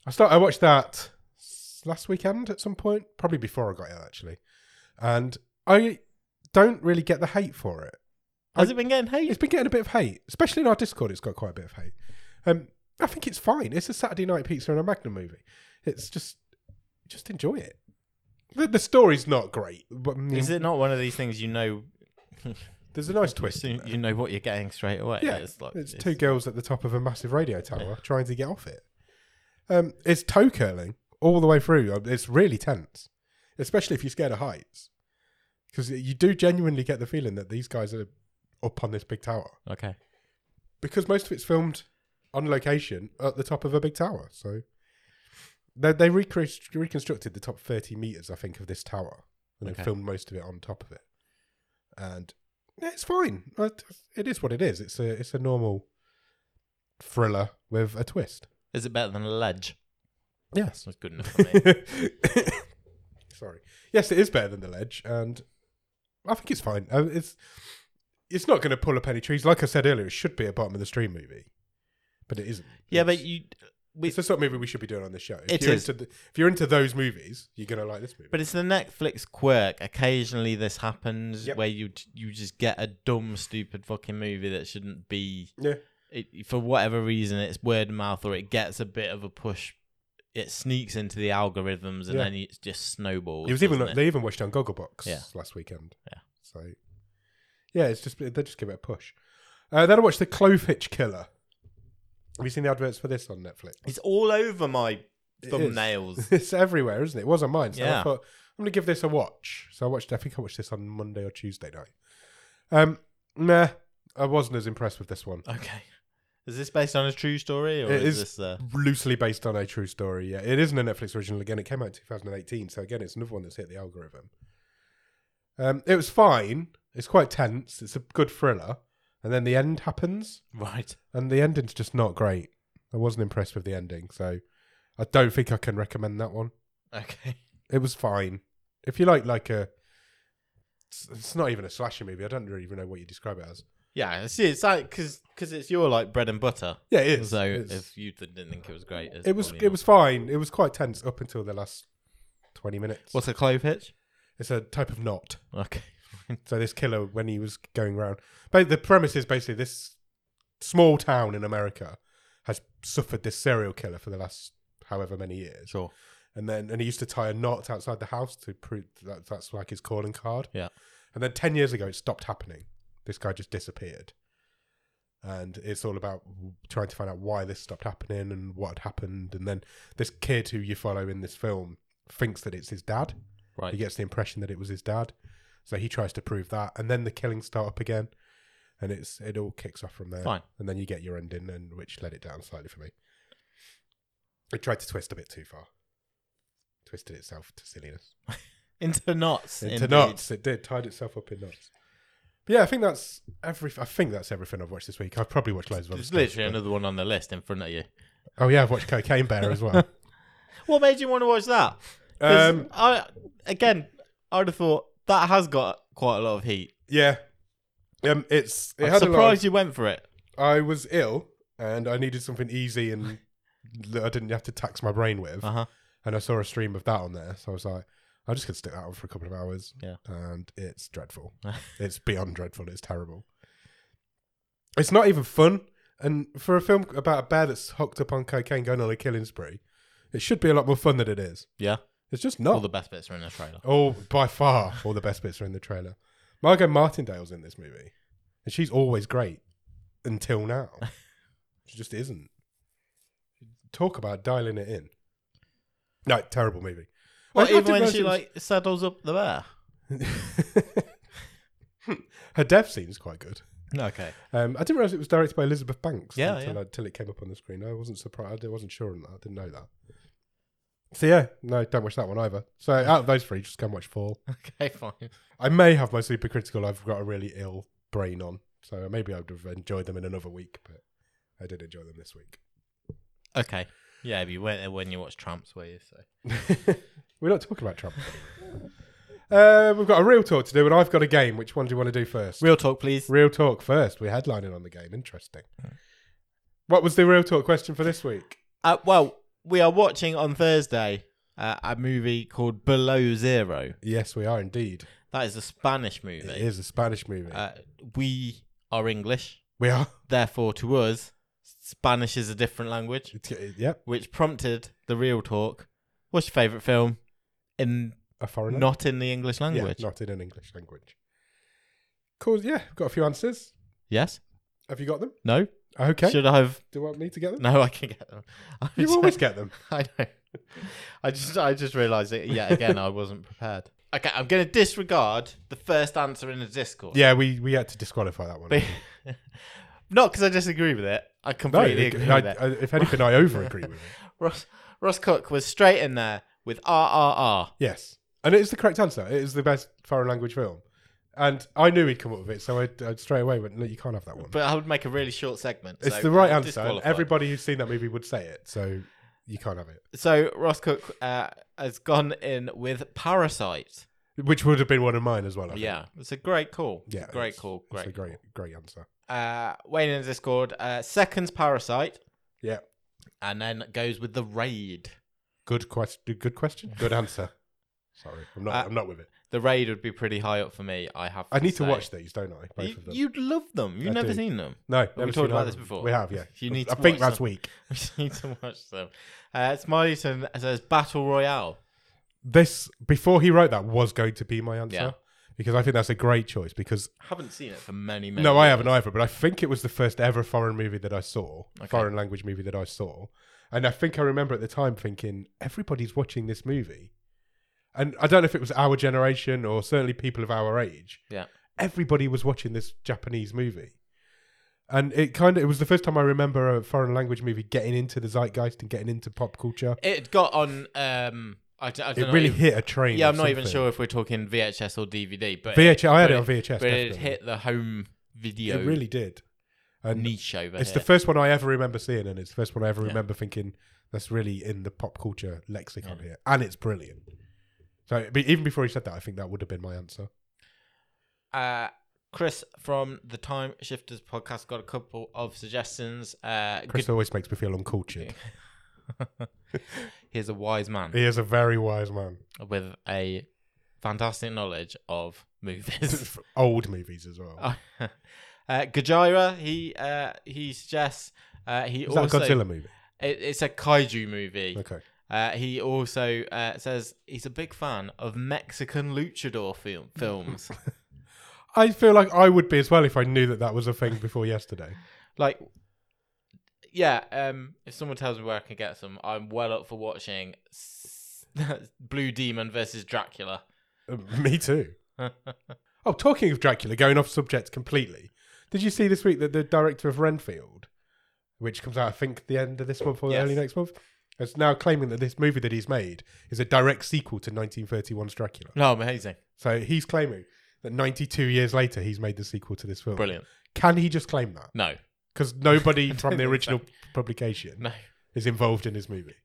I start. I watched that s- last weekend at some point, probably before I got ill actually, and I don't really get the hate for it. Has it been getting hate? It's been getting a bit of hate, especially in our Discord. It's got quite a bit of hate. Um, I think it's fine. It's a Saturday night pizza and a Magnum movie. It's just, just enjoy it. The, the story's not great, but mm, Is it not one of these things you know? there's a nice twist. Soon, you know what you're getting straight away. yeah, It's like it's, it's- two girls at the top of a massive radio tower trying to get off it. Um, it's toe curling all the way through. Um, It's really tense, especially if you're scared of heights, because you do genuinely get the feeling that these guys are up on this big tower. Okay. because most of it's filmed on location at the top of a big tower. So they they recre- reconstructed the top thirty meters, I think, of this tower, and Okay. then filmed most of it on top of it. And yeah, it's fine. It it is what it is. It's a it's a normal thriller with a twist. [LAUGHS] Is it better than a ledge? Yes. That's good enough [LAUGHS] for me. Sorry. Yes, it is better than the ledge, and I think it's fine. Uh, It's it's not going to pull up any trees. Like I said earlier, it should be a bottom of the stream movie, but it isn't. yeah, It's- but you. We, it's the sort of movie we should be doing on this show. If It you're is. Into the, if you're into those movies, you're going to like this movie. But it's the Netflix quirk. Occasionally, this happens Yep. where you you just get a dumb, stupid fucking movie that shouldn't be. Yeah. It, for whatever reason, it's word of mouth or it gets a bit of a push. It sneaks into the algorithms and Yeah. then it just snowballs. it was even doesn't it? they even watched it on Gogglebox Yeah. last weekend. Yeah. So yeah, it's just they just give it a push. Uh, then I watched the Clove Hitch Killer. Have you seen the adverts for this on Netflix? It's all over my It is. [LAUGHS] thumbnails. it's everywhere, isn't it? It was on mine. So Yeah. I thought, I'm going to give this a watch. So I watched, I think I watched this on Monday or Tuesday night. Um, nah, I wasn't as impressed with this one. [LAUGHS] okay. Is this based on a true story or It is is. this uh, Loosely based on a true story. Yeah, it isn't a Netflix original. Again, it came out in 2018. So again, it's another one that's hit the algorithm. Um, it was fine. It's quite tense. It's a good thriller. And then the end happens. right? And the ending's just not great. I wasn't impressed with the ending. So I don't think I can recommend that one. Okay. [LAUGHS] it was fine. If you like like a, it's, it's not even a slasher movie. I don't really even know what you describe it as. Yeah, I see, it's like because it's your like bread and butter. Yeah, it is. so It's- if you didn't think it was great, it's it was probably it was fine. It was quite tense up until the last twenty minutes. What's a clove hitch? It's a type of knot. Okay. So this killer, when he was going around, but the premise is basically this small town in America has suffered this serial killer for the last however many years. Sure. and then and he used to tie a knot outside the house to prove that that's like his calling card. Yeah. And then ten years ago, it stopped happening. This guy just disappeared, and it's all about trying to find out why this stopped happening and what had happened. And then this kid who you follow in this film thinks that it's his dad. Right. He gets the impression that it was his dad, so he tries to prove that. And then the killings start up again, and it's it all kicks off from there. Fine. And then you get your ending, and which let it down slightly for me. It tried to twist a bit too far. Twisted itself to silliness. Into knots. Into indeed. knots. It did. Tied itself up in knots. But yeah, I think that's every. I think that's everything I've watched this week. I've probably watched loads of other There's stuff, literally but- another one on the list in front of you. Oh yeah, I've watched Cocaine Bear as [LAUGHS] well. What made you want to watch that? 'Cause Um, I again, I would have thought that has got quite a lot of heat. yeah, um, it's. It I'm had a lot of- surprised you went for it. I was ill and I needed something easy and that I didn't have to tax my brain with. Uh huh. And I saw a stream of that on there, so I was like, I just could stick that on for a couple of hours. Yeah. And it's dreadful. it's beyond dreadful. It's terrible. It's not even fun. And for a film about a bear that's hooked up on cocaine going on a killing spree, it should be a lot more fun than it is. Yeah. It's just All not. the best bits are in the trailer. Oh, by far, all the best bits are in the trailer. Margot Martindale's in this movie, and she's always great until [LAUGHS] now. she just isn't. Talk about dialing it in. No, terrible movie. Well, I- I even didn't when realise she it was- like saddles up the bear. [LAUGHS] her death scene's quite good. Okay. Um, I didn't realize it was directed by Elizabeth Banks. Yeah, until, yeah. until it came up on the screen. I wasn't surprised. I wasn't sure on that. I didn't know that. So yeah, no, don't watch that one either. So out of those three, just go and watch Fall. [LAUGHS] Okay. Fine. I may have my supercritical. I've got a really ill brain on, so maybe I'd have enjoyed them in another week. But I did enjoy them this [LAUGHS] week. Okay. Yeah, but you went there when you watched Tramps, were you? So We're not talking about Trump. uh, we've got a real talk to do, and I've got a game. Which one do you want to do first? real talk, please. Real talk first. We're headlining on the game. Interesting. Hmm. What was the real talk question for this week? Uh, well, we are watching on Thursday uh, a movie called Below Zero. Yes, we are indeed. That is a Spanish movie. It is a Spanish movie. Uh, we are English, we are. therefore, to us, Spanish is a different language, It's, it- yep, which prompted the real talk. What's your favourite film? In a foreigner. not in the English language. Yeah, not in an English language. Cool. Yeah, got a few answers. Yes. Have you got them? No. Okay. Should I have? Do I need to get them? No, I can get them. [LAUGHS] I'm You sorry. always get them. I know. I just I just realised that yet again I wasn't prepared. Okay, I'm gonna disregard the first answer in the Discord. Yeah, we, we had to disqualify that one. But- [LAUGHS] Not because I disagree with it. I completely it- agree I- with it. I- if anything, I over agree [LAUGHS] with it. Ross, Ross Cook was straight in there with ah, RRR. Yes, and it is the correct answer. It is the best foreign language film, and I knew he'd come up with it, so I, I straight away went, "No, you can't have that one." But I would make a really short segment. it's so the right I'm answer. and disqualified. Everybody who's seen that movie would say it, so you can't have it. So Ross Cook uh, has gone in with Parasite. Which would have been one of mine as well. I think. Yeah, it's a great call. It's a yeah, great it's- call. It's Great. a great, great answer. Uh, Wayne in the Discord uh, seconds Parasite. Yeah. and then goes with the Raid. Good question. Good [LAUGHS] question. Good answer. Sorry, I'm not. Uh, I'm not with it. The Raid would be pretty high up for me. I have. I need to say. watch these, don't I? Both You, of them. you'd love them. You've I never do. seen them. [LAUGHS] no, never we talked seen about either this of them. before. We have, yeah. [LAUGHS] You need I to think watch that's them. weak. We need to watch them. Uh, Smileyton says Battle Royale. This before he wrote that was going to be my answer Yeah. because I think that's a great choice because Haven't seen it for many, many. No, I years. haven't either, but I think it was the first ever foreign movie that I saw, foreign language movie that I saw. And I think I remember at the time thinking, everybody's watching this movie. And I don't know if it was our generation or certainly people of our age. Yeah. Everybody was watching this Japanese movie. And it kind of, it was the first time I remember a foreign language movie getting into the zeitgeist and getting into pop culture. It got on. Um, I, d- I don't It know. really if- hit a train. Yeah, of I'm not even something. sure if we're talking VHS or DVD, but VHS, I had but it on VHS. But it definitely. hit the home video it really did. And niche over It's here. the first one I ever remember seeing, and it's the first one I ever remember thinking that's really in the pop culture lexicon here, and it's brilliant. So but even before he said that, I think that would have been my answer. uh, Chris from the Time Shifters podcast got a couple of suggestions. Uh, Chris good, always makes me feel uncultured. here's a wise man He is a very wise [LAUGHS] man. with a fantastic knowledge of [LAUGHS] movies. [LAUGHS] Old movies as well. uh, Gajira, he uh, he suggests uh, he is that also a Godzilla movie? It, it's a kaiju movie. Okay. Uh, he also uh, says he's a big fan of Mexican luchador [LAUGHS] film, films. I feel like I would be as well if I knew that that was a thing before yesterday. like, yeah, um, if someone tells me where I can get some, I'm well up for watching s- [LAUGHS] Blue Demon versus Dracula. Uh, [LAUGHS] me too. Oh, talking of Dracula, going off subject completely. Did you see this week that the director of Renfield, which comes out I think the end of this month or Yes. early next month, is now claiming that this movie that he's made is a direct sequel to 1931's Dracula. no, amazing, So he's claiming that 92 years later he's made the sequel to this film. brilliant. Can he just claim that? No, Because [LAUGHS] nobody from think the so. original publication no, is involved in his movie,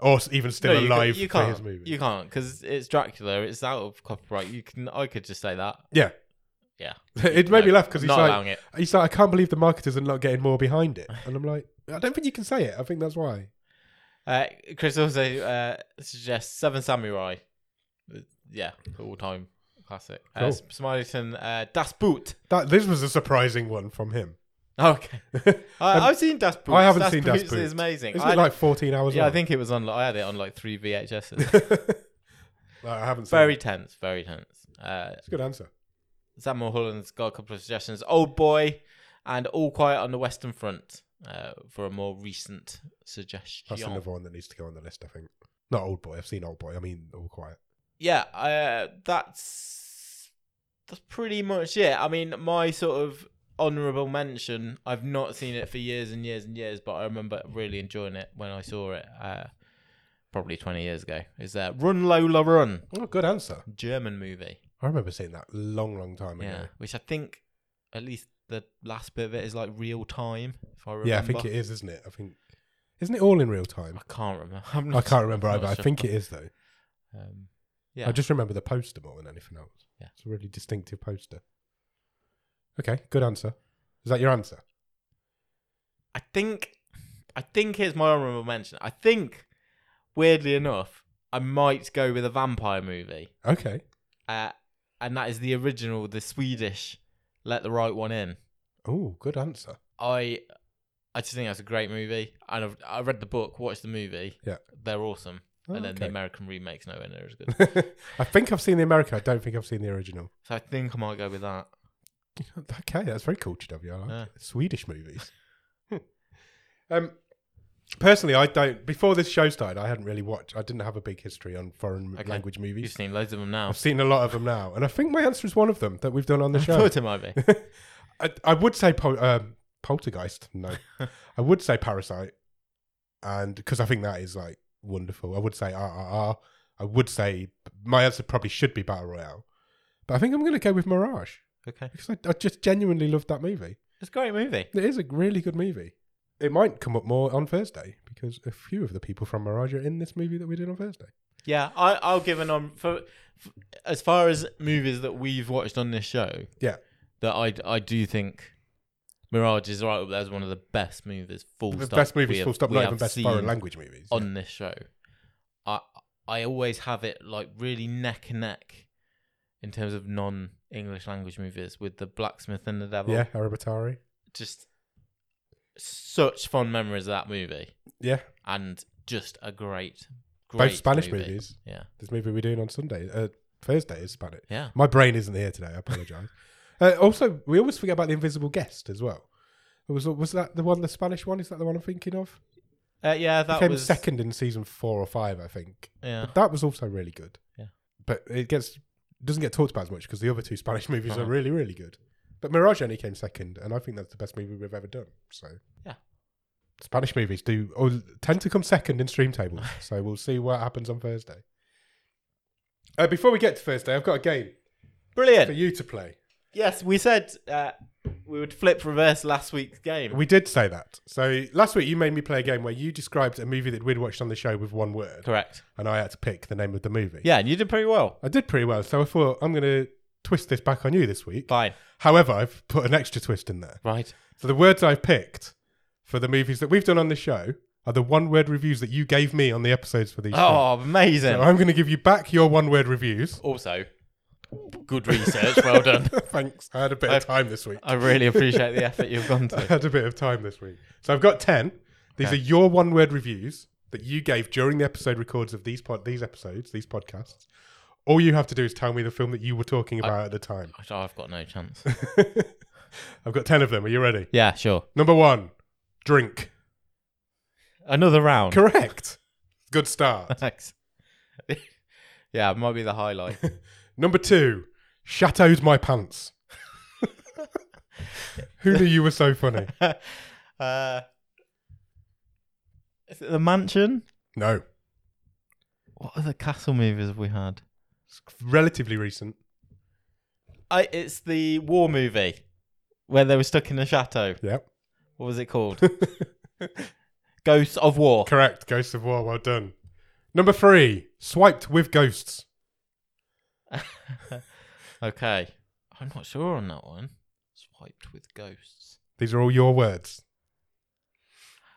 or s- even still no, you ca- alive You for can't. his movie. You can't because it's Dracula. It's out of copyright. You can. I could just say that. yeah, Yeah. [LAUGHS] it made No, me laugh because he's not like, allowing it. He's like, I can't believe the marketers are not getting more behind it. And I'm like, I don't think you can say it. I think that's why. Uh, Chris also uh, suggests Seven Samurai. Uh, Yeah, all time classic. Uh, Cool. S- Smileyton, uh, Das Boot. [LAUGHS] That this was a surprising one from him. [LAUGHS] Okay, Isn't I, Um, I've seen Das Boot. I haven't seen Das It's Boot. amazing. I, it like 14 hours? yeah, I long? think it was on. I had it on like [LAUGHS] three VHSs. No, I haven't. Seen very It. tense. Very tense. Uh, It's a good answer. Sam Mulholland's got a couple of suggestions. Old Boy and All Quiet on the Western Front uh, for a more recent suggestion. That's another one that needs to go on the list. I think. Not old boy. I've seen old boy. I mean, all quiet. yeah, uh, that's that's pretty much it. I mean, my sort of honourable mention. I've not seen it for years and years and years, but I remember really enjoying it when I saw it, uh, probably twenty years ago. Is uh, Run Lola Run, Oh, good answer. German movie? I remember seeing that long, long time Yeah, ago. which I think at least the last bit of it is like real time. If I remember, Yeah, I think it is, isn't it? I think. Isn't it all in real time? I can't remember. [LAUGHS] I'm I not, can't remember not either. I sure. think it is though. Um, yeah, I just remember the poster more than anything else. Yeah. It's a really distinctive poster. Okay, good answer. Is that your answer? I think I think here's my honorable mention. I think weirdly enough, I might go with a vampire movie. Okay. Uh, and that is the original, the Swedish Let the Right One In. Oh, good answer. [LAUGHS] I I just think that's a great movie. And I've, I read the book, watched the movie. Yeah. They're awesome. Oh, and then the okay. American remake's nowhere near as [LAUGHS] good. I think I've seen the American. I don't think I've seen the original. [LAUGHS] so I think I might go with that. Okay, that's very cultured of you. I like Yeah. it. Swedish movies. [LAUGHS] um, personally, I don't. Before this show started, I hadn't really watched. I didn't have a big history on foreign Okay. language You've movies. seen loads of them [LAUGHS] now. I've seen a lot of them [LAUGHS] [LAUGHS] now, and I think my answer is one of them that we've done on the I show. thought it might be. I, I would say po- um, Poltergeist. No, I would say Parasite, and because I think that is like wonderful. I would say RRR. I would say my answer probably should be Battle Royale, but I think I'm going to go with Mirage Okay. because I, I just genuinely loved that movie. It's a great movie. It is a really good movie. It might come up more on Thursday because a few of the people from Mirage are in this movie that we did on Thursday. Yeah, I, I'll give a nom for, for as far as movies that we've watched on this show. Yeah. that I I do think Mirage is right up there as one of the best movies. Full The stop. best movies, we have- full stop, we not have even best seen foreign language movies. Yeah. on this show. I I always have it like really neck and neck in terms of non English language movies with the Blacksmith and the Devil. yeah, Arabatari. just such fond memories of that movie Yeah, and just a great, great both Spanish movie. movies. Yeah, This movie we're doing on Sunday, uh, Thursday is Spanish. yeah. My brain isn't here today. I apologize. [LAUGHS] uh, also, we always forget about the Invisible Guest as well. Was was that the one, the Spanish one? Is that the one I'm thinking of? Uh, yeah, that Came was second in season four or five, I think. Yeah, But that was also really good. Yeah. But it gets doesn't get talked about as much because the other two Spanish [LAUGHS] movies are Uh-huh. really really good. But Mirage only came second, and I think that's the best movie we've ever done. So Yeah. Spanish movies do or tend to come second in stream [LAUGHS] tables. so we'll see what happens on Thursday. Uh, before we get to Thursday, I've got a game for brilliant. you to play. Yes, we said uh, we would flip reverse last week's game. We did say that. So last week you made me play a game where you described a movie that we'd watched on the show with one word, Correct. and I had to pick the name of the movie. Yeah, and you did pretty well. I did pretty well, so I thought I'm going to twist this back on you this week. Fine. However, I've put an extra twist in there. Right. So the words I've picked for the movies that we've done on the show are the one-word reviews that you gave me on the episodes for these. shows. Oh, amazing. So I'm going to give you back your one-word reviews. also, good research. [LAUGHS] well done. [LAUGHS] Thanks. I had a bit of time this week. I really appreciate the effort you've gone [LAUGHS] I [LAUGHS] to. had a bit of time this week. So I've got 10. These Okay. are your one word reviews that you gave during the episode records of these pod- these episodes, these podcasts. All you have to do is tell me the film that you were talking about at the time. [LAUGHS] Which I've got no chance. I've got 10 of them. Are you ready? [LAUGHS] Yeah, sure. Number one, drink. Another round. Correct. [LAUGHS] Good start. Thanks. [LAUGHS] yeah, it might be the [LAUGHS] highlight. Number two, shadowed my pants. [LAUGHS] Who knew you were so funny? uh, is it the mansion? No. What other castle movies have we had? It's relatively recent. I, it's the war movie where they were stuck in a chateau. Yep. What was [LAUGHS] it called? Ghosts of War. Correct. Ghosts of War. Well done. Number three, swiped with ghosts. [LAUGHS] Okay. I'm not sure on that one. Swiped with ghosts. These are all your words.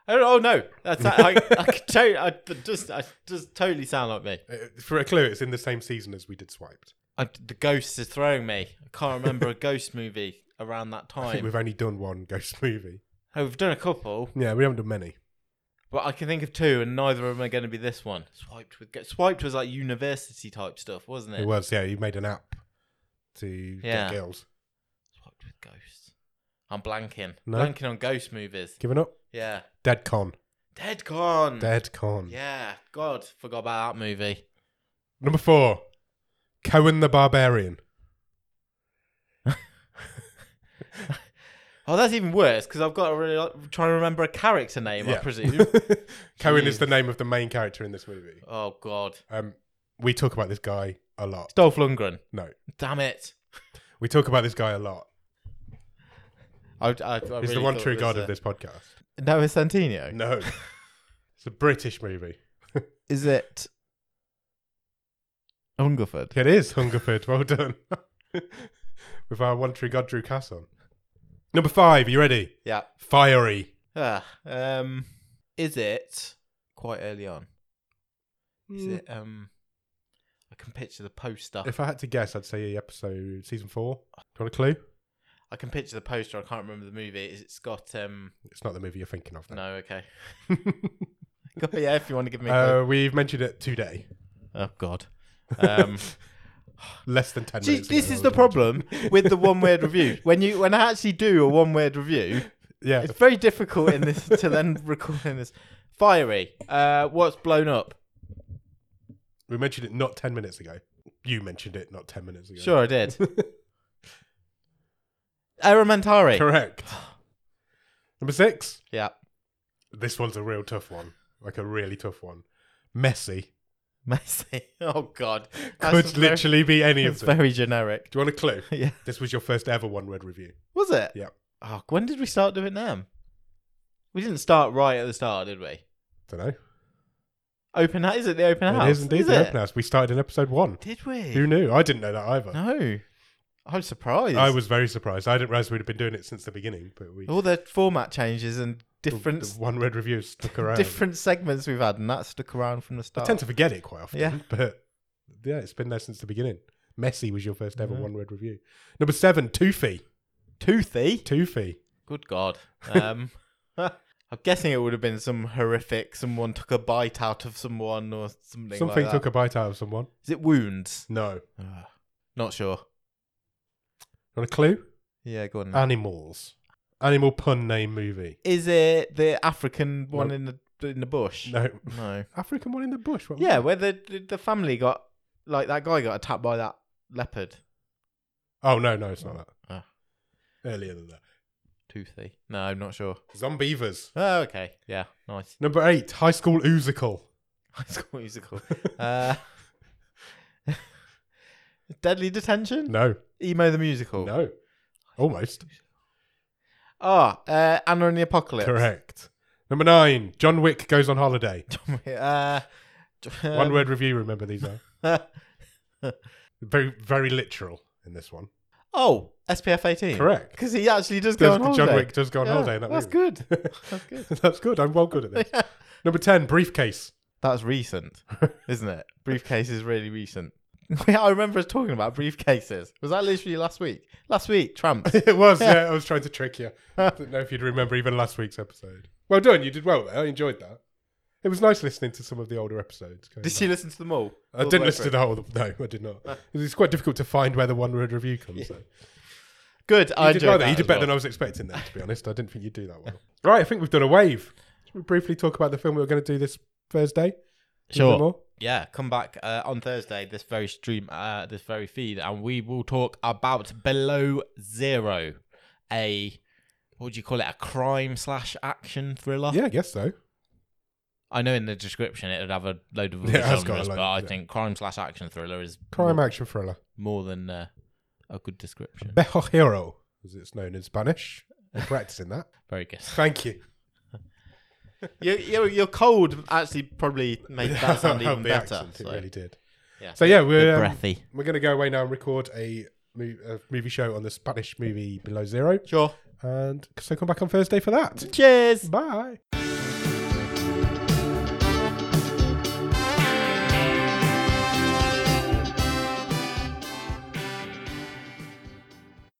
Oh, oh no, that's I, I, I, could to- I just I just totally sound like me. Uh, For a clue, it's in the same season as we did swiped. I, the ghosts are throwing me. I can't remember a ghost movie around that I think time. we've only done one ghost [LAUGHS] movie. oh, we've done a couple, Yeah, we haven't done many. but I can think of two, and neither of them are going to be this one. Swiped with ghosts. Swiped was like university type stuff, wasn't it? It was, yeah, you made an app to Yeah. get girls. Swiped with ghosts. I'm blanking. No? Blanking on ghost movies. Giving up? Yeah. Dead con. Dead Con. Dead con. Hmm. Yeah. God, forgot about that movie. Number four, Cohen the Barbarian. Oh, that's even worse because I've got to really try and remember a character name. I Yeah. presume. [LAUGHS] Cohen is Jeez. the name of the main character in this movie. oh God. Um, we talk about this guy a lot. Dolph Lundgren. No, Damn it. we talk about this guy a lot. I, I, I really He's the one thought true it was, god uh, of this podcast. Noah Centineo. No. [LAUGHS] it's a British movie. Is it Hungerford? It [LAUGHS] is Hungerford. Well done. [LAUGHS] With our one true god, Drew Cass on. Number five, you ready? Yeah. Fiery. Ah, um, is it quite early on? Hmm. Is it? Um, I can picture the poster. Mm. If I had to guess, I'd say episode season four. Do you want a clue? I can picture the poster. I can't remember the movie. Is it's got um? It's not the movie you're thinking of. No, okay. [LAUGHS] [LAUGHS] No. God, yeah, if you want to give me. a clue. uh, we've mentioned it today. oh God. [LAUGHS] Um, Less than 10 gee, minutes. this ago, is I the would imagine. problem with the one [LAUGHS] word review. When you when I actually do a one word review, Yeah. it's very difficult in this to then record in this. Fiery. Uh, what's blown up? We mentioned it not 10 minutes ago. You mentioned it not 10 minutes ago. Sure, I did. Elementary. [SIGHS] Correct. Number six. Yeah. This one's a real tough one. Like a really tough one. Messi [LAUGHS] Messi. Oh God. could That's very- literally be any of [LAUGHS] It's them. very generic. Do you want a clue? yeah. This was your first ever one word review. Was it? Yeah. Oh, when did we start doing them? We didn't start right at the start, did we? Don't know. Open house. Is it the open house? It is indeed Is the it? open house. We started in episode one. Did we? Who knew? I didn't know that either. no. I'm surprised. I was very surprised. I didn't realize we'd have been doing it since the beginning, but we All the format changes and different one word reviews stuck around. different segments we've had, and that stuck around from the I start. tend to forget it quite often, Yeah. but yeah, it's been there since the beginning. Messi was your first ever Yeah. one word review. Number seven, Toofy. Toothy. Toofy. Good God. Um, [LAUGHS] I'm guessing it would have been some horrific. Someone took a bite out of someone or something. Something like took that. a bite out of someone. Is it wounds? No. Ugh. not sure. Want a clue? Yeah, go on. then. Animals. Animal pun name movie. Is it the African one No. in the in the bush? No. [LAUGHS] No. African one in the bush. What was Yeah, it? where the the- the family got like that guy got attacked by that leopard. Oh, no, no, it's not that. Ah. Earlier than that. Toothy. No, I'm not sure. Zombievers. Oh, okay. Yeah, [LAUGHS] nice. Number eight, High School Oozical. High [LAUGHS] School Musical. uh, [LAUGHS] Deadly Detention. No. Emo the Musical. No. Almost. Ah, uh, Anna and the Apocalypse. [LAUGHS] Correct. Number nine, John Wick goes on holiday. uh, One word review, remember these are. [LAUGHS] word. Very, very literal in this one. oh, SPF 18. [LAUGHS] Correct. Because he actually does go Does- on holiday. John Wick does go on Yeah, holiday in that that's movie. [LAUGHS] good. That's good. [LAUGHS] That's good. I'm well good at this. Number 10, briefcase. [LAUGHS] That's recent, isn't it? Briefcase is really recent. [LAUGHS] I remember us talking about briefcases. Was that literally last week? Last week, Trump. [LAUGHS] it was, yeah. I was trying to trick [LAUGHS] you. I didn't know if you'd remember even last week's episode. Well done. You did well there. I enjoyed that. It was nice listening to some of the older episodes. going Did back. you listen to them all? I didn't listen to the whole. No, I did not. It's quite difficult to find where the one word review comes. though. Good. I You did, enjoyed well there. that you did as better well. than I was expecting there, to be honest. I didn't think you'd do that [LAUGHS] well. right, I think we've done a wave. Should we briefly talk about the film we were going to do this Thursday? A little Sure. bit more? Yeah, come back uh, on Thursday, this very stream, uh, this very feed, and we will talk about Below Zero, a what would you call it? A crime slash action thriller. Yeah, I guess so. I know in the description it would have a load of other [LAUGHS] Yeah, it has got a genres, load, but I yeah. think crime slash action thriller is Crime more, action thriller. more than uh, a good description. Bejo Hero, as it's known in Spanish. I'm practicing that. Very good. Thank you. [LAUGHS] Your, your, your cold actually probably made [LAUGHS] that Helped sound even the better. accent, so, It really did. yeah. So, yeah, Bit we're, um, breathy. we're going to go away now and record a, mo- a movie show on the Spanish movie Below Zero. Sure. And so come back on Thursday for that. Cheers. Bye.